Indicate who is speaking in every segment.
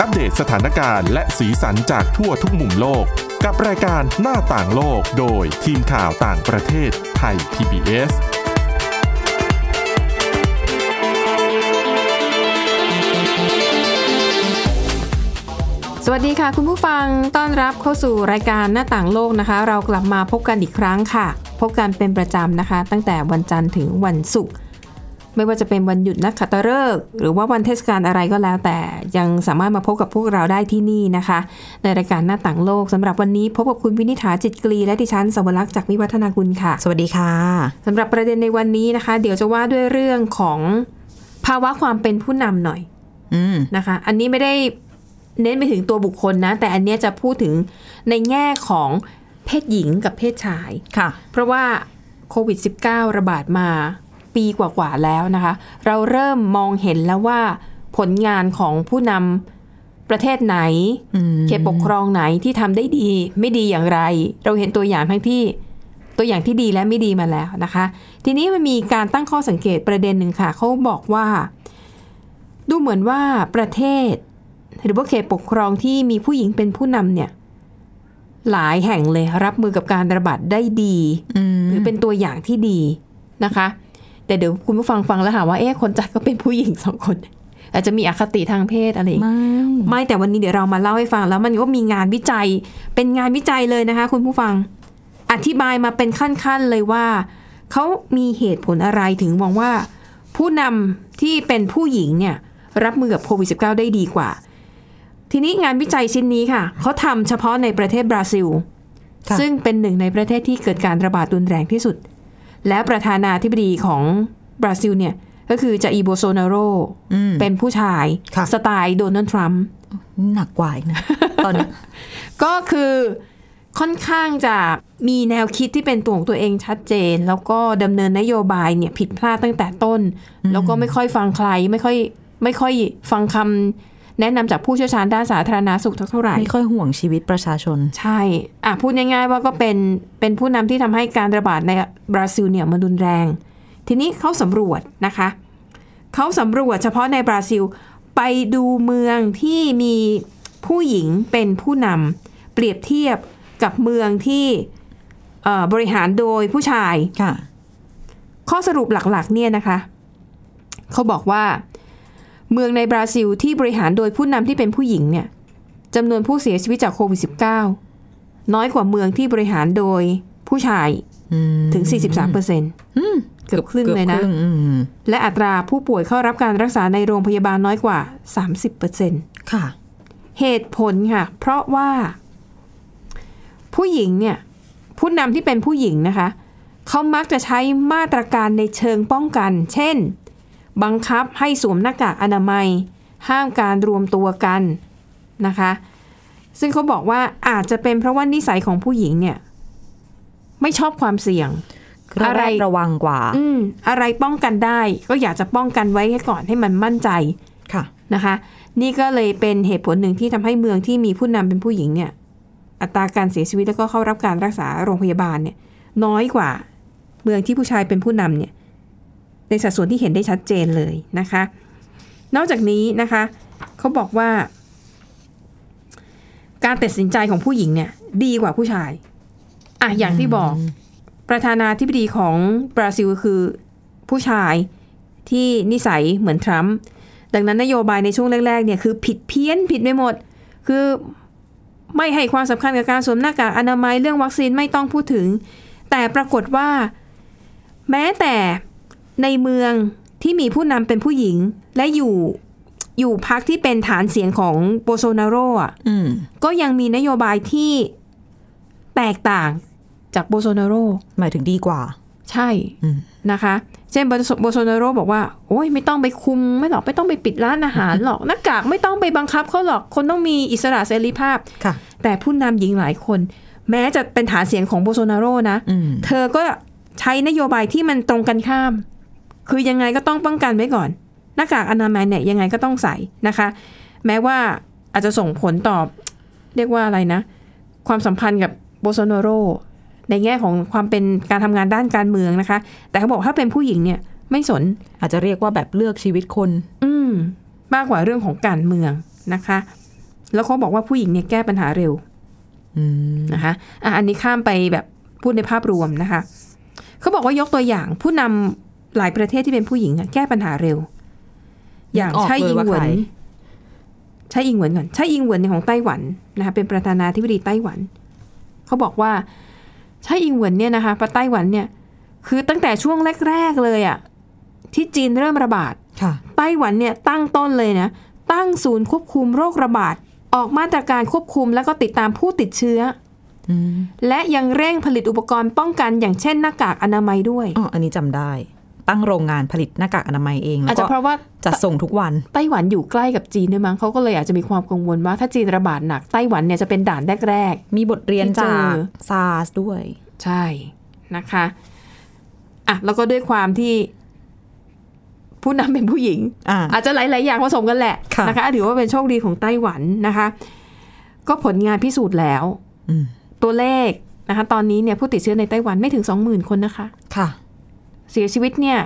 Speaker 1: อัปเดตสถานการณ์และสีสันจากทั่วทุกมุมโลก กับรายการหน้าต่างโลกโดยทีมข่าวต่างประเทศไทย PBS
Speaker 2: สวัสดีค่ะ คุณผู้ฟังต้อนรับเข้าสู่รายการหน้าต่างโลกนะคะ เรากลับมาพบกันอีกครั้งค่ะ พบกันเป็นประจำนะคะ ตั้งแต่วันจันทร์ถึงวันศุกร์ไม่ว่าจะเป็นวันหยุดนักขัตฤกษ์หรือว่าวันเทศกาลอะไรก็แล้ว แต่ยังสามารถมาพบกับพวกเราได้ที่นี่นะคะ ในรายการหน้าต่างโลกสำหรับวันนี้พบกับคุณวินิษฐาจิตกรีและดิฉันสวรักษ์จากวิวัฒนาคุณค่ะ
Speaker 3: สวัสดีค่ะ
Speaker 2: สำหรับประเด็นในวันนี้นะคะ เดี๋ยวจะว่าด้วยเรื่องของภาวะความเป็นผู้นำหน่อย
Speaker 3: อืม
Speaker 2: นะคะ อันนี้ไม่ได้เน้นไปถึงตัวบุคคลนะ แต่อันเนี้ยจะพูดถึงในแง่ของเพศหญิงกับเพศชาย
Speaker 3: ค่ะ
Speaker 2: เพราะว่าโควิด -19 ระบาดมาปีกว่าๆแล้วนะคะ เราเริ่มมองเห็นแล้วว่าผลงานของผู้นำประเทศไหน
Speaker 3: อืม
Speaker 2: เขตปกครองไหนที่ทำได้ดี ไม่ดีอย่างไร เราเห็นตัวอย่างทั้งที่ตัวอย่างที่ดีและไม่ดีมาแล้วนะคะ ทีนี้มันมีการตั้งข้อสังเกตประเด็นหนึ่งค่ะเขาบอกว่า ดูเหมือนว่าประเทศ หรือว่าเขตปกครองที่มีผู้หญิงเป็นผู้นำเนี่ย หลายแห่งเลยรับมือกับการระบาดได้ดี
Speaker 3: อืม
Speaker 2: หรือเป็นตัวอย่างที่ดีนะคะ แต่เดี๋ยวคุณผู้ฟังฟังแล้วหาว่าเอ๊ะคนจัดก็เป็นผู้หญิงสองคน อาจจะมีอคติทางเพศอะไรอย่างเงี้ย ไม่แต่วันนี้เดี๋ยวเรามาเล่าให้ฟังแล้วมันก็มีงานวิจัย เป็นงานวิจัยเลยนะคะ คุณผู้ฟังอธิบายมาเป็นขั้นๆเลยว่าเขามีเหตุผลอะไรถึงมองว่า ผู้นำที่เป็นผู้หญิงเนี่ยรับมือกับโควิด -19 ได้ดีกว่า ทีนี้งานวิจัยชิ้นนี้ค่ะเขาทำเฉพาะในประเทศบราซิล
Speaker 3: ค่ะ
Speaker 2: ซึ่งเป็นหนึ่งในประเทศที่เกิดการระบาดรุนแรงที่สุด และประธานาธิบดีของบราซิลเนี่ยก็คือจะอีโบโซนาโร
Speaker 3: อืม
Speaker 2: เป็นผู้ชาย
Speaker 3: ค่ะ
Speaker 2: สไตล์โดนัลด์ทรัมป์
Speaker 3: หนักกว่าอีกนะ ตอนนี้
Speaker 2: ก็คือค่อนข้างจะมีแนวคิดที่เป็นตัวของตัวเองชัดเจน แล้วก็ดำเนินนโยบายเนี่ยผิดพลาดตั้งแต่ต้น แล้วก็ไม่ค่อยฟังใครไม่ค่อยไม่ค่อยฟังคำแนะนำจากผู้เชี่ยวชาญด้านสาธารณาสุขเท่าไหร่
Speaker 3: ไม่ค่อยห่วงชีวิตประชาชน
Speaker 2: ใช่อ่ะพูดง่ายๆว่าก็เป็นเป็นผู้นำที่ทำให้การระบาดในบราซิลเนี่ยมันรุนแรง ทีนี้เขาสำรวจนะคะ เขาสำรวจเฉพาะในบราซิล ไปดูเมืองที่มีผู้หญิงเป็นผู้นำเปรียบเทียบกับเมืองที่เอ่อบริหารโดยผู้ชาย
Speaker 3: ค่ะ
Speaker 2: ข้อสรุปหลักๆ เนี่ยนะคะ เขาบอกว่า เมืองในบราซิลที่บริหารโดยผู้นำที่เป็นผู้หญิงเนี่ยจำนวนผู้เสียชีวิตจากโควิด -19 น้อยกว่าเมืองที่บริหารโดยผู้ชาย
Speaker 3: อืม
Speaker 2: ถึง 43เปอร์เซ็นต์เกือบครึ่งเลยนะ
Speaker 3: กือบครึ่งอืม
Speaker 2: และอัตราผู้ป่วยเข้ารับการรักษาในโรงพยาบาลน้อยกว่า 30เปอร์เซ็นต์
Speaker 3: ค่ะ
Speaker 2: เหตุผลค่ะ เพราะว่า ผู้หญิงเนี่ยผู้นำที่เป็นผู้หญิงนะคะ เขามักจะใช้มาตรการในเชิงป้องกัน เช่น บังคับให้สวมหน้ากากอนามัย ห้ามการรวมตัวกันนะคะ ซึ่งเขาบอกว่าอาจจะเป็นเพราะว่านิสัยของผู้หญิงเนี่ย ไม่ชอบความเสี่ยง
Speaker 3: ระ
Speaker 2: อะไร
Speaker 3: แวดระวังกว่า
Speaker 2: อืมอะไรป้องกันได้ ก็อยากจะป้องกันไว้ให้ก่อนให้มันมั่นใจ
Speaker 3: ค่ะ
Speaker 2: นะคะนี่ก็เลยเป็นเหตุผลหนึ่งที่ทำให้เมืองที่มีผู้นำเป็นผู้หญิงเนี่ยอัตราการเสียชีวิตแล้วก็เข้ารับการรักษาโรงพยาบาลเนี่ยน้อยกว่าเมืองที่ผู้ชายเป็นผู้นำเนี่ยในสัดส่วนที่เห็นได้ชัดเจนเลยนะคะ นอกจากนี้นะคะเขาบอกว่า การตัดสินใจของผู้หญิงเนี่ยดีกว่าผู้ชายอ่ะอย่างที่บอก ประธานาธิบดีของบราซิลคือผู้ชายที่นิสัยเหมือนทรัมป์ ดังนั้นนโยบายในช่วงแรกๆเนี่ยคือผิดเพี้ยนผิดไปหมด คือไม่ให้ความสำคัญกับการสวมหน้ากากอนามัยเรื่องวัคซีนไม่ต้องพูดถึง แต่ปรากฏว่า แม้แต่ในเมืองที่มีผู้นำเป็นผู้หญิง และอยู่อยู่พักที่เป็นฐานเสียงของโบโซนาโรอ่ะ
Speaker 3: อืม
Speaker 2: ก็ยังมีนโยบายที่แตกต่างจากโบโซนาโร
Speaker 3: หมายถึงดีกว่า
Speaker 2: ใช่
Speaker 3: อืม
Speaker 2: นะคะ เช่นโบโซนาโรบอกว่า โอ้ยไม่ต้องไปคุมไม่หรอกไม่ต้องไปปิดร้านอาหาร หรอกห น้ากากไม่ต้องไปบังคับเขาหรอกคนต้องมีอิสระเสรีภาพ
Speaker 3: ค่ะ
Speaker 2: แต่ผู้นำหญิงหลายคน แม้จะเป็นฐานเสียงของโบโซนาโรนะ
Speaker 3: อืม
Speaker 2: เธอก็ใช้นโยบายที่มันตรงกันข้าม คือยังไงก็ต้องป้องกันไว้ก่อน หน้ากากอนามัยเนี่ยยังไงก็ต้องใส่นะคะ แม้ว่าอาจจะส่งผลต่อเรียกว่าอะไรนะ ความสัมพันธ์กับโบโซโนโร ในแง่ของความเป็นการทำงานด้านการเมืองนะคะ แต่เขาบอกถ้าเป็นผู้หญิงเนี่ยไม่สน
Speaker 3: อาจจะเรียกว่าแบบเลือกชีวิตคน
Speaker 2: อืมมากกว่าเรื่องของการเมืองนะคะ แล้วเขาบอกว่าผู้หญิงเนี่ยแก้ปัญหาเร็ว
Speaker 3: อืม
Speaker 2: นะคะอ่ะอันนี้ข้ามไปแบบพูดในภาพรวมนะคะเขาบอกว่ายกตัวอย่างผู้นำหลายประเทศที่เป็นผู้หญิงอะแก้ปัญหาเร็ว อย่าง
Speaker 3: นึกก
Speaker 2: ใช่
Speaker 3: เล
Speaker 2: อิง
Speaker 3: ว่า
Speaker 2: เหวิ
Speaker 3: ใคร
Speaker 2: นใช่อิงเหวินก่อนใช่อิงเหวินเนี่ยของไต้หวันนะคะเป็นประธานาธิบดีไต้หวันเขาบอกว่าใช่อิงเหวินเนี่ยนะคะประไต้หวันเนี่ย คือตั้งแต่ช่วงแรกๆเลยอะที่จีนเริ่มระบาด
Speaker 3: ค่ะ
Speaker 2: ไต้หวันเนี่ยตั้งต้นเลยนะ ตั้งศูนย์ควบคุมโรคระบาด ออกมาตรการควบคุมแล้วก็ติดตามผู้ติดเชื้อ
Speaker 3: อืม
Speaker 2: และยังเร่งผลิตอุปกรณ์ป้องกันอย่างเช่นหน้ากากอนามัยด้วย
Speaker 3: อ๋ออันนี้จำได้ ตั้งโรงงานผลิตหน้ากากอนามัยเองแล้
Speaker 2: อาจ
Speaker 3: ว
Speaker 2: จะ
Speaker 3: ก็
Speaker 2: เพราะว่า
Speaker 3: จัดส่งทุกวัน
Speaker 2: ไต้หวันอยู่ใกล้กับจีนด้วยมั้งเขาก็เลยอาจจะมีความกังวลว่าถ้าจีนระบาดหนักไต้หวันเนี่ยจะเป็นด่านแรก
Speaker 3: มีบทเรียน
Speaker 2: ที่เจอ
Speaker 3: จากซาร์สด้วย
Speaker 2: ๆ ใช่นะคะอ่ะแล้วก็ด้วยความที่ ผู้นำเป็นผู้หญิง
Speaker 3: อ่า
Speaker 2: อาจจะหลาย ๆ อย่างผสมกันแหละ
Speaker 3: ค่ะ
Speaker 2: นะคะ ถือว่าเป็นโชคดีของไต้หวันนะคะ ก็ผลงานพิสูจน์แล้ว
Speaker 3: อืม
Speaker 2: ตัวเลขนะคะ ตอนนี้เนี่ยผู้ติดเชื้อในไต้หวันไม่ถึง 20,000 คนนะคะ
Speaker 3: ค่ะ
Speaker 2: เสียชีวิตเนี่ย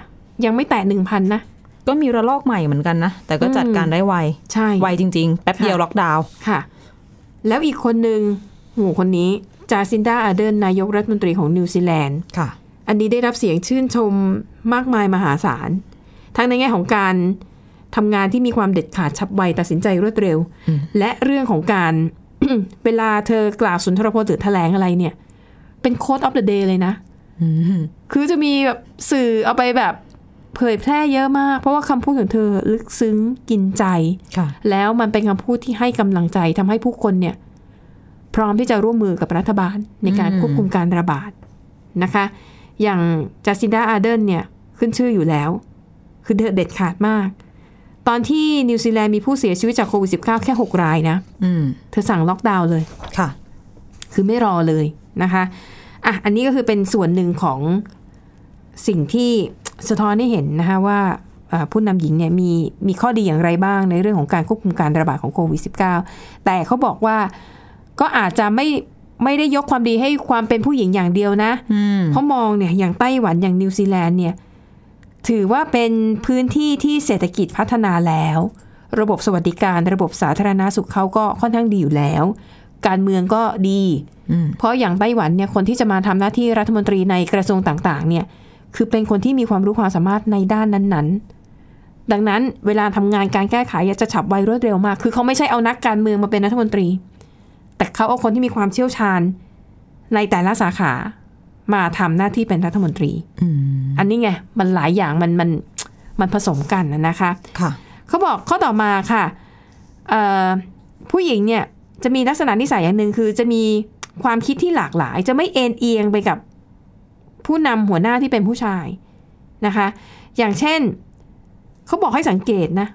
Speaker 2: ยังไม่แตะ1,000 นะ
Speaker 3: ก็มีระลอกใหม่เหมือนกันนะ แต่ก็จัดการได้ไว
Speaker 2: ใช่
Speaker 3: ไวจริง ๆ แป๊บเดียวล็อกดาวน์
Speaker 2: ค่ะ แล้วอีกคนหนึ่งโหคนนี้จาซินดาอาเดนนายกรัฐมนตรีของนิวซีแลนด์
Speaker 3: ค่ะ
Speaker 2: อันนี้ได้รับเสียงชื่นชมมากมายมหาศาล ทั้งในแง่ของการทำงานที่มีความเด็ดขาดฉับไวตัดสินใจรวดเร็ว และเรื่องของการ เวลาเธอกล่าวสุนทรพจน์หรือแถลงอะไรเนี่ย เป็นโค้ดออฟเดอะเดย์เลยนะ คือจะมีแบบสื่อเอาไปแบบเผยแพร่เยอะมาก เพราะว่าคำพูดของเธอลึกซึ้งกินใจ
Speaker 3: ค่ะ
Speaker 2: แล้วมันเป็นคำพูดที่ให้กำลังใจทำให้ผู้คนเนี่ย พร้อมที่จะร่วมมือกับรัฐบาลในการ
Speaker 3: อืม
Speaker 2: ควบคุมการระบาดนะคะ อย่างจ a ซินดาอาเดนเนี่ย ขึ้นชื่ออยู่แล้ว คือเธอเด็ดขาดมาก ตอนที่นิวซีแลนด์มีผู้เสียชีวิตจากโควิด -19 แค่ 6 รายนะ
Speaker 3: อืม
Speaker 2: เธอสั่งล็อกดาวน์เลย
Speaker 3: ค่ะ
Speaker 2: คือไม่รอเลยนะคะอ่ะอันนี้ก็คือเป็นส่วนหนึ่งของสิ่งที่สะท้อนให้เห็นนะคะว่าเอ่อผู้นำหญิงเนี่ยมีมีข้อดีอย่างไรบ้างในเรื่องของการควบคุมการระบาดของโควิด -19 แต่เขาบอกว่าก็อาจจะไม่ไม่ได้ยกความดีให้ความเป็นผู้หญิงอย่างเดียวนะ
Speaker 3: อืม
Speaker 2: เพราะมองเนี่ยอย่างไต้หวันอย่างนิวซีแลนด์เนี่ยถือว่าเป็นพื้นที่ที่เศรษฐกิจพัฒนาแล้ว ระบบสวัสดิการ ระบบสาธารณาสุขเขาก็ค่อนข้างดีอยู่แล้ว การเมืองก็ดี
Speaker 3: อืม
Speaker 2: เพราะอย่างไต้หวันเนี่ยคนที่จะมาทำหน้าที่รัฐมนตรีในกระทรวงต่างๆ เนี่ยคือเป็นคนที่มีความรู้ความสามารถในด้านนั้นๆ ดังนั้นเวลาทำงานการแก้ไขจะฉับไวรวดเร็วมาก คือเขาไม่ใช่เอานักการเมืองมาเป็นรัฐมนตรี แต่เขาเอาคนที่มีความเชี่ยวชาญในแต่ละสาขามาทำหน้าที่เป็นรัฐมนตรี
Speaker 3: อืม
Speaker 2: อันนี้ไงมันหลายอย่างมันมันมันผสมกันนะนะคะ
Speaker 3: ค่ะ
Speaker 2: เขาบอกข้อต่อมาค่ะเอ่อผู้หญิงเนี่ยจะมีลักษณะนิสัยอย่างหนึ่งคือจะมีความคิดที่หลากหลาย จะไม่เอ็นเอียงไปกับผู้นำหัวหน้าที่เป็นผู้ชายนะคะ อย่างเช่นเขาบอกให้สังเกตนะ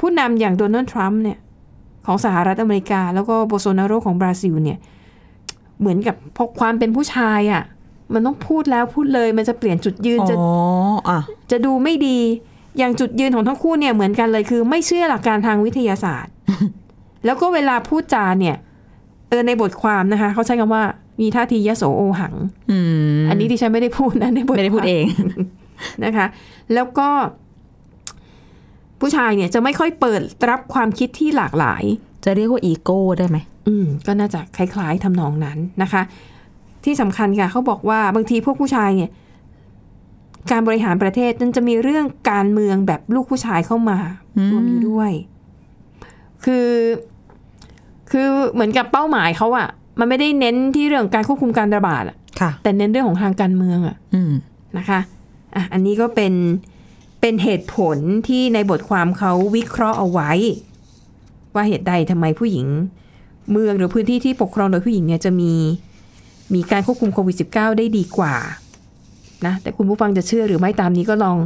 Speaker 2: ผู้นำอย่างโดนัลด์ทรัมป์เนี่ยของสหรัฐอเมริกา แล้วก็โบโซนาโรของบราซิลเนี่ยเหมือนกับพกความเป็นผู้ชายอะ่ะมันต้องพูดแล้วพูดเลยมันจะเปลี่ยนจุดยืน
Speaker 3: อ๋
Speaker 2: จะ
Speaker 3: อ อ่ะ
Speaker 2: จะดูไม่ดี อย่างจุดยืนของทั้งคู่เนี่ยเหมือนกันเลยคือ ไม่เชื่อหลักการทางวิทยาศาสตร์ แล้วก็เวลาพูดจาเนี่ยเออในบทความนะคะ เขาใช้คำว่ามีท่าทียโสโอหัง
Speaker 3: อืม
Speaker 2: อันนี้ดิฉันไม่ได้พูดนะในบท
Speaker 3: ไม่ได้พูด
Speaker 2: ควา
Speaker 3: เอง
Speaker 2: นะคะ แล้วก็ ผู้ชายเนี่ยจะไม่ค่อยเปิดรับความคิดที่หลากหลาย
Speaker 3: จะเรียกว่าอีโก้ได้ไหม
Speaker 2: อืมก็น่าจะคล้ายๆทำนองนั้นนะคะ ที่สำคัญค่ะเขาบอกว่าบางทีพวกผู้ชายเนี่ย การบริหารประเทศนั้นจะมีเรื่องการเมืองแบบลูกผู้ชายเข้ามารวมอยู่ด้วย คือ คือเหมือนกับเป้าหมายเขาอะมันไม่ได้เน้นที่เรื่องการควบคุมการระบาดอะ
Speaker 3: ค่ะ
Speaker 2: แต่เน้นเรื่องของทางการเมืองอะ
Speaker 3: อืม
Speaker 2: นะคะอ่ะอันนี้ก็เป็นเป็นเหตุผลที่ในบทความเขาวิเคราะห์เอาไว้ ว่าเหตุใดทำไมผู้หญิง เมืองหรือพื้นที่ที่ปกครองโดยผู้หญิงเนี่ยจะมีมีการควบคุมโควิด -19 ได้ดีกว่านะแต่คุณผู้ฟังจะเชื่อหรือไม่ตามนี้ก็ลอง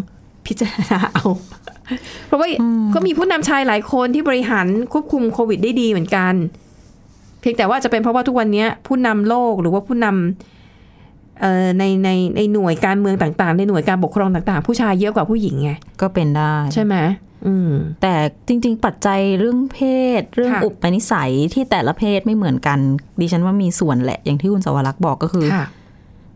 Speaker 2: พิจารณา เอา เพราะว่าก็มีผู้นำชายหลายคนที่บริหารควบคุมโควิด ได้ดีเหมือนกัน เพียงแต่ว่าจะเป็นเพราะว่าทุกวันเนี้ยผู้นำโลกหรือว่าผู้นำ เอ่อในในในหน่วยการเมืองต่างๆ ในหน่วยการปกครองต่างๆ ผู้ชายเยอะกว่าผู้หญิงไง
Speaker 3: ก็เป็นได้
Speaker 2: ใช่ไหมอืม
Speaker 3: แต่จริง ๆ ปัจจัยเรื่องเพศ เรื่อง
Speaker 2: ค่ะ
Speaker 3: อุปนิสัยที่แต่ละเพศไม่เหมือนกัน ดิฉันว่ามีส่วนแหละ อย่างที่คุณสวรักษ์บอกก็คือ
Speaker 2: ค่ะ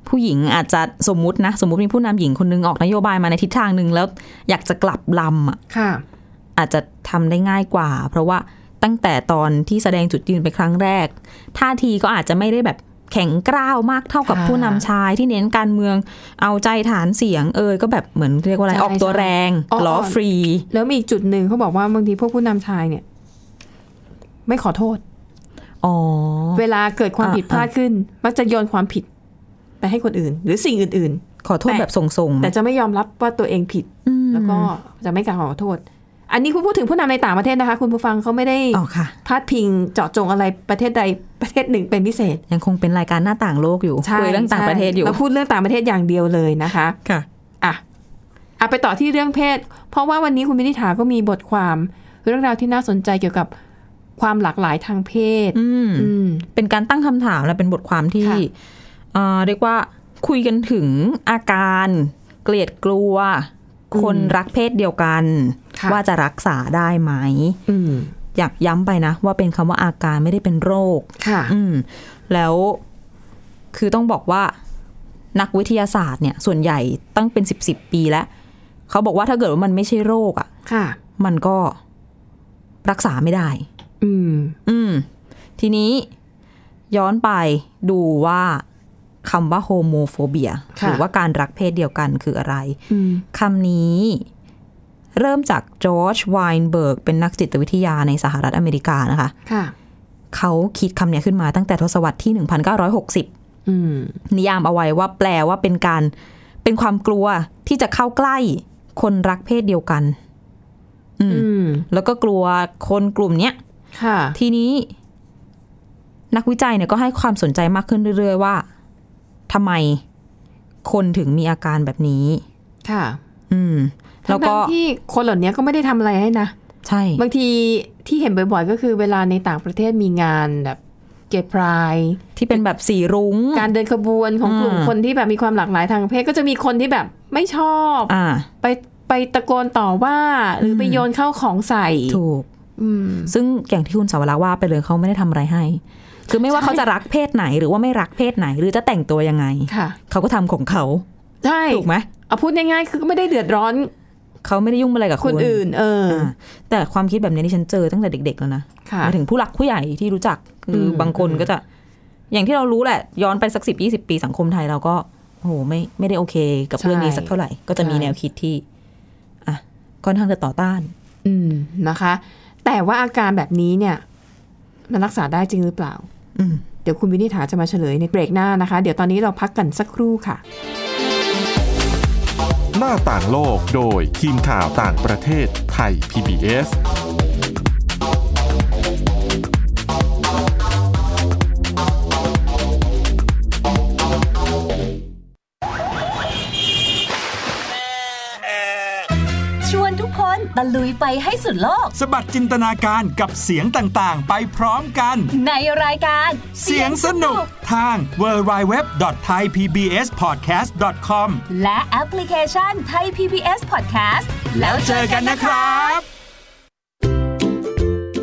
Speaker 3: ผู้หญิงอาจจะสมมุตินะ สมมุติมีผู้นำหญิงคนนึงออกนโยบายมาในทิศทางหนึ่งแล้วอยากจะกลับลำอ่ะ
Speaker 2: ค่ะ
Speaker 3: อาจจะทำได้ง่ายกว่า เพราะว่า ตั้งแต่ตอนที่แสดงจุดยืนไปครั้งแรก ท่าทีก็อาจจะไม่ได้แบบแข็งกร้าวมากเท่ากับ
Speaker 4: ค่ะ
Speaker 3: ผู้นำชายที่เน้นการเมืองเอาใจฐานเสียงเอยก็แบบเหมือนเรียกว่าอะไร
Speaker 2: ใช่
Speaker 3: ออกตัว
Speaker 2: ใช่
Speaker 3: แรง
Speaker 2: อ่อนๆ
Speaker 3: ล้อฟรี
Speaker 2: แล้วมีอีกจุดหนึ่งเขาบอกว่าบางทีพวกผู้นำชายเนี่ย ไม่ขอโทษ
Speaker 3: อ๋อ
Speaker 2: เวลาเกิดความ
Speaker 3: อ่า
Speaker 2: ผิดพลาดขึ้น มักจะโยนความผิดไปให้คนอื่น หรือสิ่งอื่น
Speaker 3: ขอโทษ
Speaker 2: แต่
Speaker 3: แบบส่ง
Speaker 2: ๆ
Speaker 3: ๆไหม
Speaker 2: แต่จะไม่ยอมรับว่าตัวเองผิด
Speaker 3: อืม
Speaker 2: แล้วก็จะไม่กล่าวขอโทษ อันนี้คุณพูดถึงผู้นำในต่างประเทศนะคะ คุณผู้ฟังเขาไม่ได้
Speaker 3: อ๋อค่ะ
Speaker 2: พาดพิงเจาะจงอะไรประเทศใดประเทศหนึ่งเป็นพิเศษ
Speaker 3: ยังคงเป็นรายการหน้าต่างโลกอยู่
Speaker 2: ใช่
Speaker 3: คุยเรื่องต่างประเทศอยู่
Speaker 2: ใช่เราพูดเรื่องต่างประเทศอย่างเดียวเลยนะคะ
Speaker 3: ค่ะ
Speaker 2: อ่ะอ่ะไปต่อที่เรื่องเพศ เพราะว่าวันนี้คุณวินิษฐาก็มีบทความ เรื่องราวที่น่าสนใจเกี่ยวกับความหลากหลายทางเพศ
Speaker 3: อืม
Speaker 2: อืม
Speaker 3: เป็นการตั้งคำถามและเป็นบทความที่
Speaker 2: ค่ะ
Speaker 3: เอ่อเรียกว่าคุยกันถึงอาการ เกลียดกลัว คนรักเพศเดียวกัน ว่าจะรักษาได้ไหม
Speaker 2: อืม
Speaker 3: อยากย้ำไปนะ ว่าเป็นคำว่าอาการไม่ได้เป็นโรค
Speaker 2: ค่ะ
Speaker 3: อืม แล้วคือต้องบอกว่านักวิทยาศาสตร์เนี่ย ส่วนใหญ่ตั้งเป็นสิบสิบปีแล้ว เขาบอกว่าถ้าเกิดว่ามันไม่ใช่โรคอ่ะ
Speaker 2: ค่ะ
Speaker 3: มันก็รักษาไม่ได้
Speaker 2: อืม
Speaker 3: อืม ทีนี้ย้อนไปดูว่าคำว่าโฮโมโฟเบีย
Speaker 2: ค่ะ
Speaker 3: หรือว่าการรักเพศเดียวกันคืออะไร
Speaker 2: อืม
Speaker 3: คำนี้ เริ่มจากจอร์จไวน์เบิร์กเป็นนักจิตวิทยาในสหรัฐอเมริกานะคะ
Speaker 2: ค่ะ
Speaker 3: เขาคิดคำเนี้ยขึ้นมาตั้งแต่ทศวรรษที่ 1960
Speaker 2: อืม
Speaker 3: นิยามเอาไว้ว่าแปลว่าเป็นการเป็นความกลัวที่จะเข้าใกล้คนรักเพศเดียวกัน อืม
Speaker 2: อืม
Speaker 3: แล้วก็กลัวคนกลุ่มเนี้ย
Speaker 2: ค่ะ
Speaker 3: ทีนี้นักวิจัยเนี่ยก็ให้ความสนใจมากขึ้นเรื่อยๆว่าทำไมคนถึงมีอาการแบบนี้
Speaker 2: ค่ะ
Speaker 3: อืม
Speaker 2: แล้
Speaker 3: แล้ว ว
Speaker 2: ก็
Speaker 3: ก็
Speaker 2: ที่คนเหล่านี้ก็ไม่ได้ทำอะไรให้นะ
Speaker 3: ใช่
Speaker 2: บางทีที่เห็นบ่อยๆ ก็คือเวลาในต่างประเทศมีงานแบบเกย์พราย
Speaker 3: ที่เป็นแบบสีรุ้ง
Speaker 2: การเดินขบวนของกลุ่ม
Speaker 3: อืม
Speaker 2: คนที่แบบมีความหลากหลายทางเพศก็จะมีคนที่แบบไม่ชอบ
Speaker 3: อ่า
Speaker 2: ไปไปตะโกนต่อว่า หรือไปโยนเข้าของใส่
Speaker 3: ถูก
Speaker 2: อืม
Speaker 3: ซึ่งอย่างที่คุณสาวรักษ์ว่าไปเลยเขาไม่ได้ทำอะไรให้ คือไม่ว่า
Speaker 2: ใช่
Speaker 3: เขาจะรักเพศไหนหรือว่าไม่รักเพศไหน หรือจะแต่งตัวยังไง
Speaker 2: ค่ะ
Speaker 3: เขาก็ทำของเขา
Speaker 2: ใช่
Speaker 3: ถูกไหม
Speaker 2: เอาพูดง่ายๆ คือไม่ได้เดือดร้อน
Speaker 3: เขาไม่ได้ยุ่งอะไรกับ
Speaker 2: คนอื่น เออ
Speaker 3: อ่าแต่ความคิดแบบเนี้ยที่ฉันเจอตั้งแต่เด็กๆแล้วนะ
Speaker 2: ค่ะ
Speaker 3: หมายถึงผู้หลักผู้ใหญ่ที่รู้จักคือ
Speaker 2: ม
Speaker 3: บางคนก็จะ อย่างที่เรารู้แหละ ย้อนไปสักสิบยี่สิบปีสังคมไทยเราก็โอ้โหไม่ไม่ได้โอเค กับเรื่องนี้สักเท่าไหร่ ก็จะมีแนวคิดที่อ่ะค่อนข้างจะต่อต้าน
Speaker 2: อืมนะคะ แต่ว่าอาการแบบนี้เนี่ย มันรักษาได้จริงหรือเปล่า
Speaker 3: อืม
Speaker 2: เดี๋ยวคุณวินิษฐาจะมาเฉลยในเบรกหน้านะคะ เดี๋ยวตอนนี้เราพักกันสักครู่ค่ะ
Speaker 1: หน้าต่างโลกโดยทีมข่าวต่างประเทศไทย PBS
Speaker 5: ชวนทุกคนตะลุยไปให้สุดโลก
Speaker 6: สะบัดจินตนาการกับเสียงต่าง ๆ ไปพร้อมกัน
Speaker 5: ในรายการ
Speaker 6: เสียงสนุกทาง www.thaipbspodcast.com
Speaker 5: และแอปพลิเคชันไทย PBS Podcast แล้วเจอกันนะคะ
Speaker 6: บ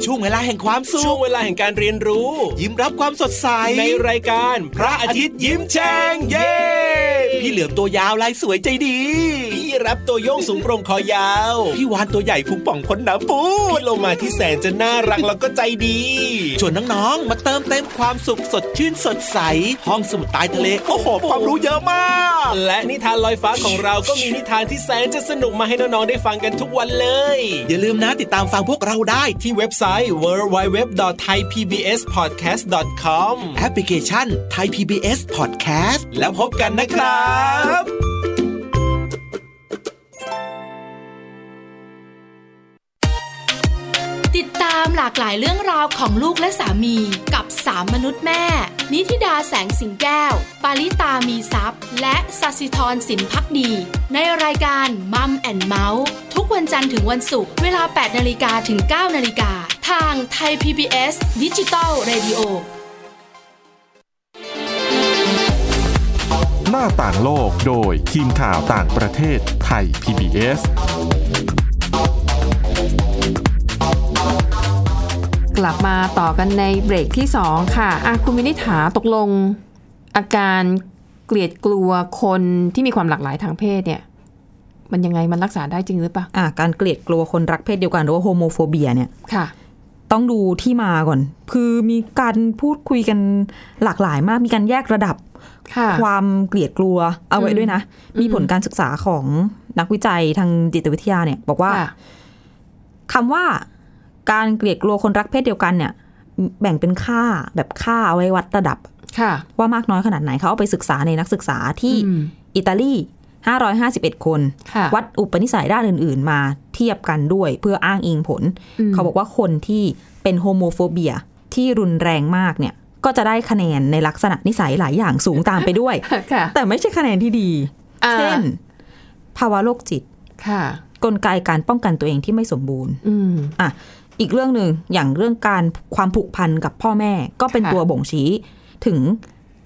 Speaker 7: ช่วงเวลาแห่งความสุ
Speaker 8: ช่วง
Speaker 7: ข
Speaker 8: เวลาแห่งการเรียนรู้
Speaker 7: ยิ้มรับความสดใส
Speaker 8: ในรายการพระอาทิตย์ยิ้มแฉ่งเย้
Speaker 7: พี่เหลือมตัวยาวลายสวยใจดี
Speaker 8: พี่รับตัวโยงสูงโปร่งคอยาว
Speaker 7: พี่วานตัวใหญ่พุงป่องพ้นหน้ำปู
Speaker 8: พี่โลมาที่แสนจะน่ารักแล้วก็ใจดี
Speaker 7: ชวนน้องๆ มาเติมเต็มความสุขสดชื่นสดใส ห้องสมุดใต้ทะเล โอ้โห ความรู้เยอะมาก
Speaker 8: และนิทานลอยฟ้าของเราก็มีนิทานที่แสนจะสนุกมาให้น้องๆได้ฟังกันทุกวันเลย
Speaker 7: อย่าลืมนะติดตามฟังพวกเราได้ที่
Speaker 8: ที่เว็บไซต์ www.thaipbspodcast.com
Speaker 7: แอปพลิเคชันไทย PBS Podcast
Speaker 8: แล้วพบกันนะครับ
Speaker 9: ติดตามหลากหลายเรื่องราวของลูกและสามีกับสามมนุษย์แม่ นิธิดาแสงสิงแก้ว ปาริตามีซัพย์ และสัสิธรสินพักดี ในรายการมัมแอนเมาส์ทุกวันจันทร์ถึงวันศุกร์เวลา 8นาฬิกาถึง 9นาฬิกาทางไทย PBS ดิจิตอล Radio
Speaker 1: หน้าต่างโลกโดยทีมข่าวต่างประเทศไทย PBS
Speaker 2: กลับมาต่อกันในเบรกที่ 2 ค่ะอ่ะคุณวินิษฐาตกลง อาการเกลียดกลัวคนที่มีความหลากหลายทางเพศเนี่ย มันยังไงมันรักษาได้จริงหรือเปล่า
Speaker 3: อ่าการเกลียดกลัวคนรักเพศเดียวกันหรือว่าโฮโมโฟเบียเนี่ย
Speaker 2: ค่ะ
Speaker 3: ต้องดูที่มาก่อน คือมีการพูดคุยกันหลากหลายมาก มีการแยกระดับ
Speaker 2: ค่ะ
Speaker 3: ความเกลียดกลัวเอาไว้ด้วยนะ มีผลการศึกษาของนักวิจัยทางจิตวิทยาเนี่ย บอกว่าคำว่าการเกลียดกลัวคนรักเพศเดียวกันเนี่ย แบ่งเป็นค่าแบบค่าเอาไว้วัดระดับ
Speaker 2: ค่ะ
Speaker 3: ว่ามากน้อยขนาดไหนเขาเอาไปศึกษาในนักศึกษาที่
Speaker 2: อืม
Speaker 3: อิตาลี 551 คน
Speaker 2: ค่ะ
Speaker 3: วัดอุปนิสัยด้านอื่น ๆ มาเทียบกันด้วยเพื่ออ้างอิงผล
Speaker 2: อืม
Speaker 3: เขาบอกว่าคนที่เป็นโฮโมโฟเบียที่รุนแรงมากเนี่ย ก็จะได้คะแนนในลักษณะนิสัยหลายอย่างสูงตามไปด้วย
Speaker 2: ค่ะ
Speaker 3: แต่ไม่ใช่คะแนนที่ดี
Speaker 2: อ่า
Speaker 3: เช่น ภาวะโรคจิต
Speaker 2: ค่ะ
Speaker 3: กลไกการป้องกันตัวเองที่ไม่สมบูรณ์
Speaker 2: อืม
Speaker 3: อีกเรื่องหนึ่งอย่างเรื่องการความผูกพันกับพ่อแม่ก็เป็น
Speaker 2: ค่ะ
Speaker 3: ตัวบ่งชี้ถึง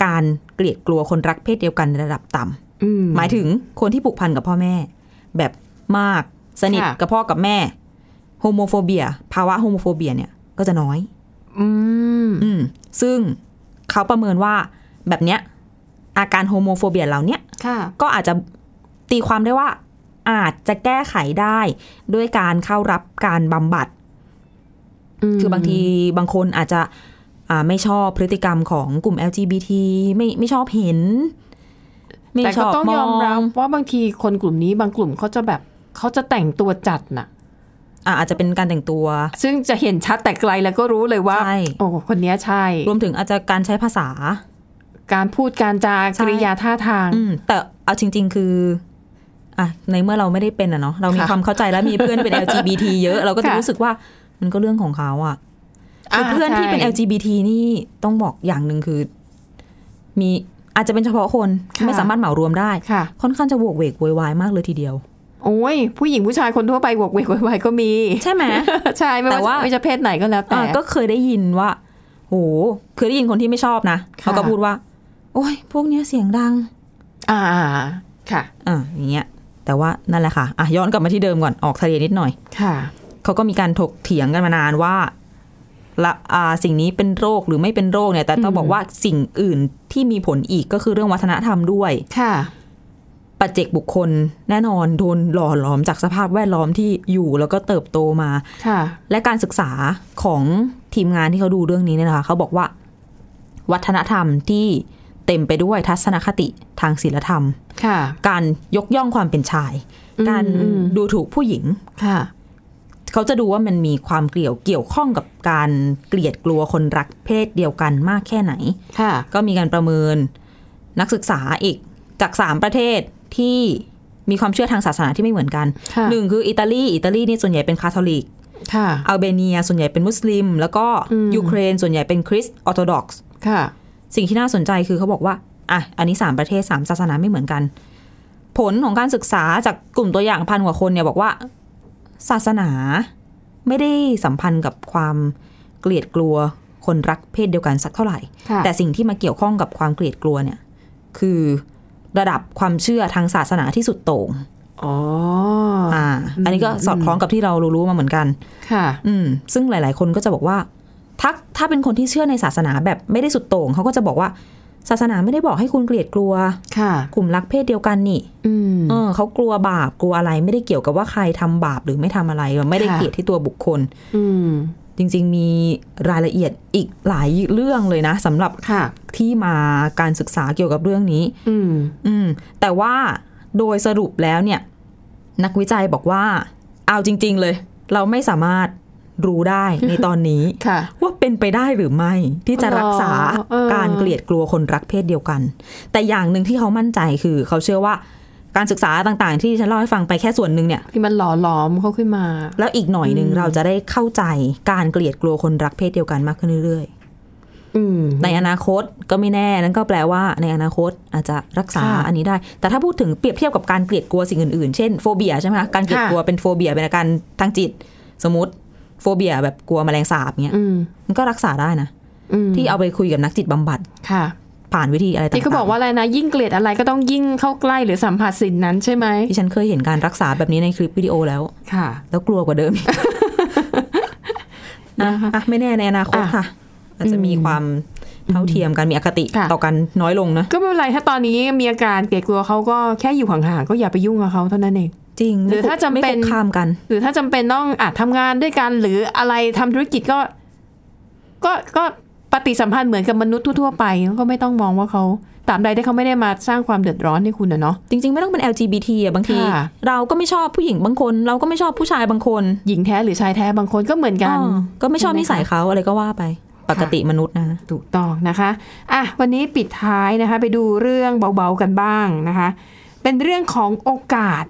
Speaker 3: การเกลียดกลัวคนรักเพศเดียวกันในระดับต่ำ
Speaker 2: อืม
Speaker 3: หมายถึงคนที่ผูกพันกับพ่อแม่ แบบมากสนิท
Speaker 2: ค่ะ
Speaker 3: กับพ่อกับแม่โฮโมโฟเบีย ภาวะโฮโมโฟเบียเนี่ยก็จะน้อย
Speaker 2: อืม
Speaker 3: อืมซึ่งเขาประเมินว่าแบบเนี้ยอาการโฮโมโฟเบียเหล่าเนี้ย
Speaker 2: ค่ะ
Speaker 3: ก็อาจจะตีความได้ว่า อาจจะแก้ไขได้ ด้วยการเข้ารับการบำบัด
Speaker 2: ม
Speaker 3: คือบางทีบางคนอาจจะอ่าไม่ชอบพฤติกรรมของกลุ่ม LGBT ไม่ไม่ชอบเห็น ไม่
Speaker 2: แต่
Speaker 3: ช
Speaker 2: ก็
Speaker 3: อบ
Speaker 2: ต้อง
Speaker 3: ม
Speaker 2: ยอ
Speaker 3: อ
Speaker 2: มรับ
Speaker 3: ง
Speaker 2: ว่าบางทีคนกลุ่มนี้บางกลุ่มเขาจะแบบเขาจะแต่งตัวจัดน่ะ
Speaker 3: อ่าอาจจะเป็นการแต่งตัว
Speaker 2: ซึ่งจะเห็นชัดแต่ไกลแล้วก็รู้เลยว่า
Speaker 3: ใช่
Speaker 2: โอ้คนเนี้ยใช่
Speaker 3: รวมถึงอาจจะการใช้ภาษา
Speaker 2: การพูดการจากริยาท่าทาง
Speaker 3: อืม แต่เอาจริง ๆ คืออ่ะในเมื่อเราไม่ได้เป็นอะเนาะเรามี
Speaker 2: ค่ะ
Speaker 3: ความเข้าใจแล้วมีเพื่อนเป็น LGBT เยอะ เราก็จะ
Speaker 2: ค่ะ
Speaker 3: รู้สึกว่ามันก็เรื่องของเขาอะคือ
Speaker 2: อ่า
Speaker 3: เพื่อนที่เป็น
Speaker 2: ใช่
Speaker 3: LGBT นี่ต้องบอกอย่างหนึ่งคือ มีอาจจะเป็นเฉพาะคน
Speaker 2: ค่ะ
Speaker 3: ไม่สามารถเหมารวมได้
Speaker 2: ค่ะ
Speaker 3: ค่อนข้างจะโหวกเวกโวยวายมากเลยทีเดียว
Speaker 2: โอ้ย ผู้หญิงผู้ชายคนทั่วไปบวกเวกไวๆก็มี
Speaker 3: ใช่ไหม
Speaker 2: ใช่ไม่
Speaker 3: แต่
Speaker 2: ว่าจะ
Speaker 3: ว่า
Speaker 2: ไม่จะเพศไหนก็แล้วแต่
Speaker 3: อ่าก็เคยได้ยินว่าโหเคยได้ยินคนที่ไม่ชอบนะ
Speaker 2: ค่ะ
Speaker 3: เขาก็พูดว่า โอ้ยพวกเนี้ยเสียงดัง
Speaker 2: อ่าค่ะ
Speaker 3: อ่ะอย่างเงี้ยแต่ว่านั่นแหละค่ะอ่ะย้อนกลับมาที่เดิมก่อนออกทะเลนิดหน่อย
Speaker 2: ค่ะ
Speaker 3: เขาก็มีการถกเถียงกันมานานว่าละอ่าสิ่งนี้เป็นโรคหรือไม่เป็นโรคเนี่ย แต่ต้องบอกว่าสิ่งอื่นที่มีผลอีกก็คือเรื่องวัฒนธรรมด้วย
Speaker 2: ค่ะ
Speaker 3: ปัจเจกบุคคลแน่นอนโดนหล่อหลอมจากสภาพแวดล้อมที่อยู่แล้วก็เติบโตมา
Speaker 2: ค่ะ
Speaker 3: และการศึกษาของทีมงานที่เขาดูเรื่องนี้เนี่ยนะคะเขาบอกว่า วัฒนธรรมที่เต็มไปด้วยทัศนคติทางศีลธรรม
Speaker 2: ค่ะ
Speaker 3: การยกย่องความเป็นชาย
Speaker 2: อืม
Speaker 3: การ
Speaker 2: อืม
Speaker 3: ดูถูกผู้หญิง
Speaker 2: ค่ะ
Speaker 3: เขาจะดูว่ามันมีความเกี่ยวเกี่ยวข้องกับการเกลียดกลัวคนรักเพศเดียวกันมากแค่ไหน
Speaker 2: ค่ะ
Speaker 3: ก็มีการประเมินนักศึกษาอีกจากสามประเทศที่มีความเชื่อทางศาสนาที่ไม่เหมือนกัน
Speaker 2: ค่ะ
Speaker 3: หนึ่งคืออิตาลีอิตาลีนี่ส่วนใหญ่เป็นคาทอลิก
Speaker 2: ค่ะ
Speaker 3: อัลเบเนีย ส่วนใหญ่เป็นมุสลิม แล้วก็
Speaker 2: อืม
Speaker 3: ยูเครน ส่วนใหญ่เป็นคริสต์ออร์โธดอกซ์
Speaker 2: ค่ะ
Speaker 3: สิ่งที่น่าสนใจคือเขาบอกว่า อ่ะ อันนี้สามประเทศสามศาสนาไม่เหมือนกัน ผลของการศึกษาจากกลุ่มตัวอย่างพันกว่าคนเนี่ยบอกว่า ศาสนาไม่ได้สัมพันธ์กับความเกลียดกลัวคนรักเพศเดียวกันสักเท่าไหร่
Speaker 2: ค่ะ
Speaker 3: แต่สิ่งที่มาเกี่ยวข้องกับความเกลียดกลัวเนี่ย คือระดับความเชื่อทางศาสนาที่สุดโต่ง
Speaker 2: อ๋อ
Speaker 3: อ่า อันนี้ก็สอดคล้องกับที่เรารู้ๆมาเหมือนกัน
Speaker 2: ค่ะ
Speaker 3: อืมซึ่งหลาย ๆ คนก็จะบอกว่า ถ้าถ้าเป็นคนที่เชื่อในศาสนาแบบไม่ได้สุดโต่งเขาก็จะบอกว่า ศาสนาไม่ได้บอกให้คุณเกลียดกลัว
Speaker 2: ค่ะ
Speaker 3: กลุ่มรักเพศเดียวกันนี่
Speaker 2: อืม
Speaker 3: เออเขากลัวบาปกลัวอะไร ไม่ได้เกี่ยวกับว่าใครทำบาปหรือไม่ทำอะไรมันไม่ได้
Speaker 2: ค่ะ
Speaker 3: เกลียดที่ตัวบุคคล
Speaker 2: อืม
Speaker 3: จริง ๆ มีรายละเอียดอีกหลายเรื่องเลยนะสำหรับ
Speaker 2: ค่ะ
Speaker 3: ที่มาการศึกษาเกี่ยวกับเรื่องนี้
Speaker 2: อืม
Speaker 3: อืมแต่ว่าโดยสรุปแล้วเนี่ย นักวิจัยบอกว่า เอาจริง ๆ เลย เราไม่สามารถรู้ได้ในตอนนี้
Speaker 2: ค่ะ
Speaker 3: ว่าเป็นไปได้หรือไม่ ที่จะรักษา
Speaker 2: หรอเออ
Speaker 3: การเกลียดกลัวคนรักเพศเดียวกัน แต่อย่างหนึ่งที่เขามั่นใจคือ เขาเชื่อว่าการศึกษาต่างๆ ที่ฉันเล่าให้ฟังไปแค่ส่วนหนึ่งเนี่ย
Speaker 2: ที่มันหล่อหลอมเขาขึ้นมา
Speaker 3: แล้วอีกหน่อยหนึ่งเราจะได้เข้าใจการเกลียดกลัวคนรักเพศเดียวกันมากขึ้นเรื่อย
Speaker 2: อืม
Speaker 3: ๆ ในอนาคตก็ไม่แน่นั่นก็แปลว่าในอนาคตอาจจะรักษา
Speaker 2: ค่ะ
Speaker 3: อันนี้ได้ แต่ถ้าพูดถึงเปรียบเทียบกับการเกลียดกลัวสิ่งอื่นๆ เช่นโฟเบียใช่ไหมคะการเกลียด
Speaker 2: ค่ะ
Speaker 3: กลัวเป็นโฟเบียเป็นอาการทางจิต สมมติโฟเบียแบบกลัวแมลงสาบเงี้ย
Speaker 2: อืม
Speaker 3: มันก็รักษาได้นะ
Speaker 2: อืม
Speaker 3: ที่เอาไปคุยกับนักจิตบำบัด
Speaker 2: ค่ะ
Speaker 3: ผ่านวิธีอะไรต่างๆ
Speaker 2: ที่เขาบอกว่าอะไรนะ ยิ่งเกลียดอะไรก็ต้องยิ่งเข้าใกล้หรือสัมผัสสิ่งนั้นใช่ไหม
Speaker 3: ที่ฉันเคยเห็นการรักษาแบบนี้ในคลิปวิดีโอแล้ว
Speaker 2: ค่ะ
Speaker 3: แล้วกลัวกว่าเดิม นะอ่ะไม่แน่ในอนาคต
Speaker 2: อ่ะ
Speaker 3: ค่ะ อาจจะมีความเท่าเทียมกันมีอคติ
Speaker 2: ค่ะ
Speaker 3: ต่อกันน้อยลงนะ
Speaker 2: ก็ไม่เป็นไรถ้าตอนนี้มีอาการเกลียดกลัวเขาก็แค่อยู่ห่างๆก็อย่าไปยุ่งกับเขาเท่านั้นเอง
Speaker 3: จริง
Speaker 2: หรือ
Speaker 3: ไม่คุก
Speaker 2: ถ้าจำเป็น
Speaker 3: ไม่คุกคามกัน
Speaker 2: หรือถ้าจำเป็นต้องอาจทำงานด้วยกันหรืออะไรทำธุรกิจก็ ก็ก็ปฏิสัมพันธ์เหมือนกับมนุษย์ทั่วๆไปก็ไม่ต้องมองว่าเขาตามใดที่เขาไม่ได้มาสร้างความเดือดร้อนให้คุณนะเนาะ
Speaker 3: จริงๆ ไม่ต้องเป็น LGBT อ่ะบางที
Speaker 2: ค่ะ
Speaker 3: เราก็ไม่ชอบผู้หญิงบางคน เราก็ไม่ชอบผู้ชายบางคน
Speaker 2: หญิงแท้หรือชายแท้บางคนก็เหมือนกัน
Speaker 3: อ๋อก็ไม่ชอบ
Speaker 2: ใช่ไหม
Speaker 3: นิสัย
Speaker 2: คะ
Speaker 3: เขาอะไรก็ว่าไป ปกติมนุษย์นะ
Speaker 2: ถูกต้องนะคะอ่ะวันนี้ปิดท้ายนะคะ ไปดูเรื่องเบาๆกันบ้างนะคะ เป็นเรื่องของโอกาส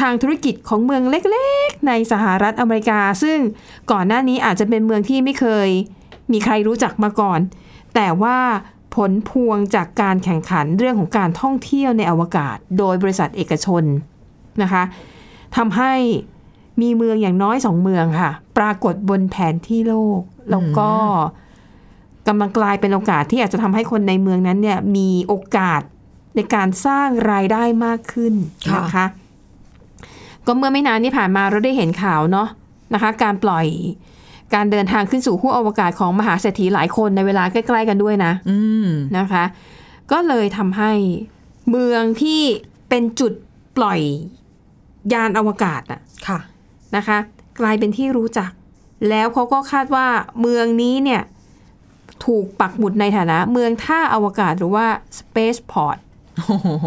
Speaker 2: ทางธุรกิจของเมืองเล็กๆ ในสหรัฐอเมริกา ซึ่งก่อนหน้านี้อาจจะเป็นเมืองที่ไม่เคย มีใครรู้จักมาก่อน แต่ว่าผลพวงจากการแข่งขันเรื่องของการท่องเที่ยวในอวกาศ โดยบริษัทเอกชนนะคะทำให้มีเมืองอย่างน้อยสองเมืองค่ะ ปรากฏบนแผนที่โลก แล้วก็ กำลังกลายเป็นโอกาสที่อาจจะทำให้คนในเมืองนั้นเนี่ยมีโอกาสในการสร้างรายได้มากขึ้น
Speaker 3: ค่ะ
Speaker 2: นะคะ ก็เมื่อไม่นานที่ผ่านมาเราได้เห็นข่าวเนาะนะคะ การปล่อยการเดินทางขึ้นสู่ห้วงอวกาศของมหาเศรษฐีหลายคนในเวลาใกล้ๆกันด้วยนะ
Speaker 3: อืม
Speaker 2: นะคะ ก็เลยทำให้เมืองที่เป็นจุดปล่อยยานอวกาศอะ
Speaker 3: ค่ะ
Speaker 2: นะคะกลายเป็นที่รู้จัก แล้วเขาก็คาดว่าเมืองนี้เนี่ยถูกปักหมุดในฐานะ เมืองท่าอวกาศหรือว่า spaceport
Speaker 3: โอ้โห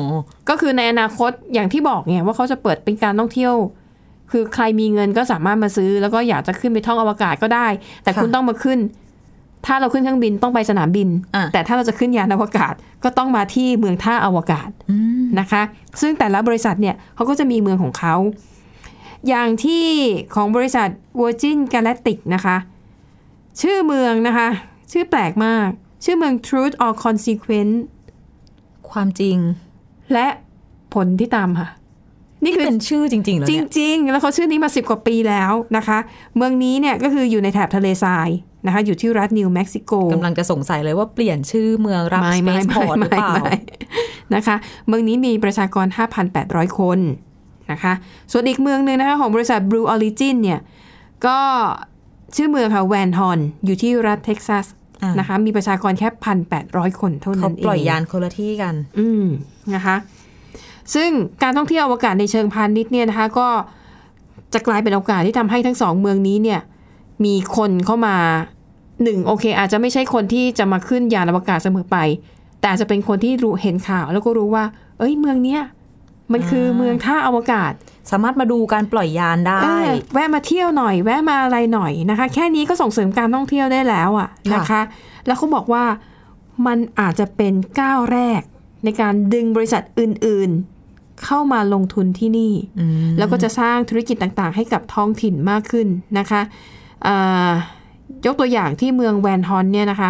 Speaker 2: ก็คือในอนาคตอย่างที่บอกเนี่ยว่าเขาจะเปิดเป็นการท่องเที่ยว คือใครมีเงินก็สามารถมาซื้อ แล้วก็อยากจะขึ้นไปท่องอวกาศก็ได้ แต่
Speaker 3: ค่ะ
Speaker 2: คุณต้องมาขึ้น ถ้าเราขึ้นเครื่องบินต้องไปสนามบิน
Speaker 3: อ่ะ
Speaker 2: แต่ถ้าเราจะขึ้นยานอวกาศก็ต้องมาที่เมืองท่าอวกาศ
Speaker 3: อืม
Speaker 2: นะคะ ซึ่งแต่ละบริษัทเนี่ยเขาก็จะมีเมืองของเขา อย่างที่ของบริษัท Virgin Galactic นะคะ ชื่อเมืองนะคะ ชื่อแปลกมาก ชื่อเมือง Truth or Consequence
Speaker 3: ความจริง
Speaker 2: และผลที่ตามค่ะ นี่คือ
Speaker 3: เป็นชื่อจริงๆเหรอ
Speaker 2: จ
Speaker 3: เนี่ย
Speaker 2: ริง ๆ แล้วเขาชื่อนี้มา 10 กว่าปีแล้วนะคะ เมืองนี้เนี่ยก็คืออยู่ในแถบทะเลทรายนะคะ อยู่ที่รัฐนิวเม็กซิโก
Speaker 3: กำลังจะสงสัยเลยว่าเปลี่ยนชื่อเมืองรับ
Speaker 2: ไม่
Speaker 3: ส เป
Speaker 2: ไม่
Speaker 3: ซพอร์ตหรือ
Speaker 2: ไม่
Speaker 3: เปล่า
Speaker 2: ไม่นะคะ เมืองนี้มีประชากร 5,800 คนนะคะ ส่วนอีกเมืองหนึ่งนะคะของบริษัท Blue Origin เนี่ย ก็ชื่อเมืองค่ะแวนฮอนอยู่ที่รัฐเท็กซัส
Speaker 3: อ่าน
Speaker 2: นะคะ มีประชากรแค่ 1,800 คนเท่า
Speaker 3: เขา
Speaker 2: นั้นเอง
Speaker 3: ปล่อยยานคนละที่กัน
Speaker 2: อืมนะคะ ซึ่งการท่องเที่ยวอวกาศในเชิงพาณิชย์เนี่ยนะคะ ก็จะกลายเป็นโอกาสที่ทำให้ทั้งสองเมืองนี้เนี่ย มีคนเข้ามาหนึ่งโอเค อาจจะไม่ใช่คนที่จะมาขึ้นยานอวกาศเสมอไป แต่อาจจะเป็นคนที่รู้เห็นข่าว แล้วก็รู้ว่า เอ้ยเมืองเนี้ยมันคือเมืองท่าอวกาศ
Speaker 3: สามารถมาดูการปล่อยยานได้
Speaker 2: เออแวะมาเที่ยวหน่อย แวะมาอะไรหน่อยนะคะ แค่นี้ก็ส่งเสริมการท่องเที่ยวได้แล้วอะ
Speaker 3: ค่ะ
Speaker 2: นะคะ แล้วเขาบอกว่ามันอาจจะเป็นก้าวแรกในการดึงบริษัทอื่นๆ เข้ามาลงทุนที่นี่ แล้วก็จะสร้างธุรกิจต่างๆ ให้กับท้องถิ่นมากขึ้นนะคะเอ่อยกตัวอย่างที่เมืองแวนฮอนเนี่ยนะคะ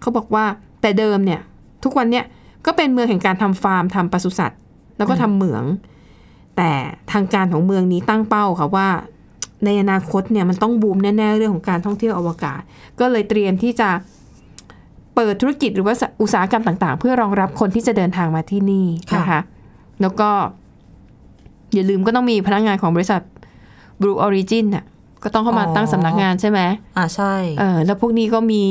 Speaker 2: เขาบอกว่าแต่เดิมเนี่ย ทุกวันเนี่ยก็เป็นเมืองแห่งการทำฟาร์มทำปศุสัตว์ แล้วก็ทำเหมือง แต่ทางการของเมืองนี้ตั้งเป้าค่ะว่า ในอนาคตเนี่ยมันต้องบูมแน่ๆเรื่องของการท่องเที่ยวอวกาศ ก็เลยเตรียมที่จะเปิดธุรกิจหรือว่าอุตสาหกรรมต่างๆ เพื่อรองรับคนที่จะเดินทางมาที่นี่นะคะ แล้วก็ อย่าลืมก็ต้องมีพนักงานของบริษัท Blue Origin น่ะก็ต้องเข้ามา
Speaker 3: อ๋อ
Speaker 2: ตั้งสำนักงานใช่ไหม
Speaker 3: อ่าใช่
Speaker 2: เออแล้วพวกนี้ก็มี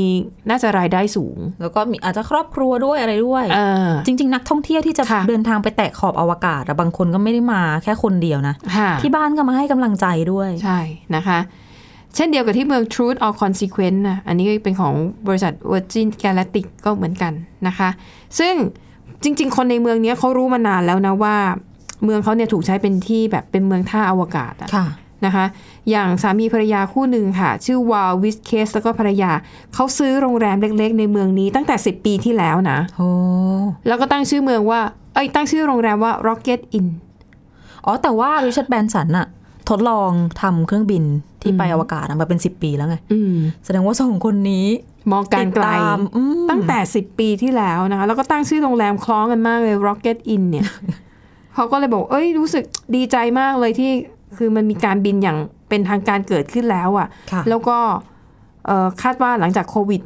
Speaker 2: น่าจะรายได้สูง
Speaker 3: แล้วก็มีอาจจะครอบครัวด้วยอะไรด้วย
Speaker 2: เออ
Speaker 3: จริง ๆ นักท่องเที่ยวที่จะ
Speaker 2: ค่ะ
Speaker 3: เดินทางไปแตะขอบอวกาศอะบางคนก็ไม่ได้มาแค่คนเดียวนะ
Speaker 2: ค่ะ
Speaker 3: ที่บ้านก็มาให้กำลังใจด้วย
Speaker 2: ใช่นะคะ เช่นเดียวกับที่เมือง Truth or Consequence นะอันนี้เป็นของบริษัท Virgin Galactic ก็เหมือนกันนะคะ ซึ่งจริง ๆ คนในเมืองเนี้ยเขารู้มานานแล้วนะว่า เมืองเขาเนี่ยถูกใช้เป็นที่แบบเป็นเมืองท่าอวกาศอะ
Speaker 3: ค่ะ
Speaker 2: นะคะอย่างสามีภรรยาคู่หนึ่งค่ะ ชื่อวาลวิสเคสแล้วก็ภรรยา เขาซื้อโรงแรมเล็กๆ ในเมืองนี้ตั้งแต่ 10 ปีที่แล้วนะ
Speaker 3: โอ้
Speaker 2: แล้วก็ตั้งชื่อเมืองว่าเอ้ยตั้งชื่อโรงแรมว่า Rocket Inn
Speaker 3: อ๋อแต่ว่าริชาร์ดแบรนสันอะทดลองทำเครื่องบินที่ไปอวกาศอะมาเป็น 10 ปีแล้วไง
Speaker 2: อืม
Speaker 3: แสดงว่าสองคนนี้
Speaker 2: มองการไกล
Speaker 3: ติดตามอืม
Speaker 2: ตั้งแต่ 10 ปีที่แล้วนะคะ แล้วก็ตั้งชื่อโรงแรมคล้องกันมากเลย Rocket Inn เนี่ย เขาก็เลยบอก เอ้ย รู้สึกดีใจมากเลยที่ คือมันมีการบินอย่างเป็นทางการเกิดขึ้นแล้วอ่ะ
Speaker 3: ค่ะ
Speaker 2: แล้วก็เอ่อคาดว่าหลังจากโควิด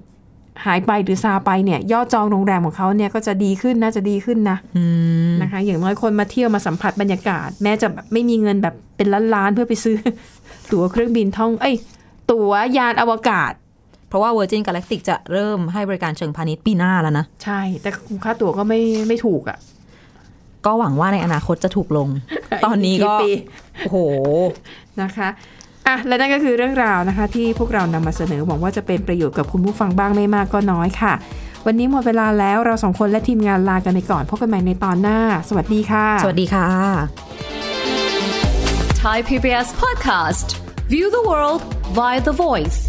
Speaker 2: หายไปหรือซาไปเนี่ยยอดจองโรงแรมของเขาเนี่ยก็จะดีขึ้นน่าจะดีขึ้นนะ
Speaker 3: อืม
Speaker 2: นะคะ อย่างน้อยคนมาเที่ยวมาสัมผัสบรรยากาศ แม้จะแบบไม่มีเงินแบบเป็นล้านล้านๆเพื่อไปซื้อ ตั๋วเครื่องบินท่อง เอ้ย ตั๋วยานอวกาศ
Speaker 3: เพราะว่า Virgin Galactic จะเริ่มให้บริการเชิงพาณิชย์ปีหน้าแล้วนะ
Speaker 2: ใช่ แต่คุณค่าตั๋วก็ไม่ไม่ถูกอ่ะ
Speaker 3: ก็หวังว่าในอนาคตจะถูกลง ตอนนี้
Speaker 2: อีก
Speaker 3: ก็
Speaker 2: กี่ปี
Speaker 3: โอ้โห
Speaker 2: นะคะ อ่ะและนั่นก็คือเรื่องราวนะคะ ที่พวกเรานำมาเสนอหวังว่าจะเป็นประโยชน์กับคุณผู้ฟังบ้างไม่มากก็น้อยค่ะ วันนี้หมดเวลาแล้วเราสองคนและทีมงานลากันไปก่อนพบกันใหม่ในตอนหน้า สวัสดีค่ะ
Speaker 3: สวัสดีค่ะ
Speaker 5: Thai PBS podcast. View the world via the voice.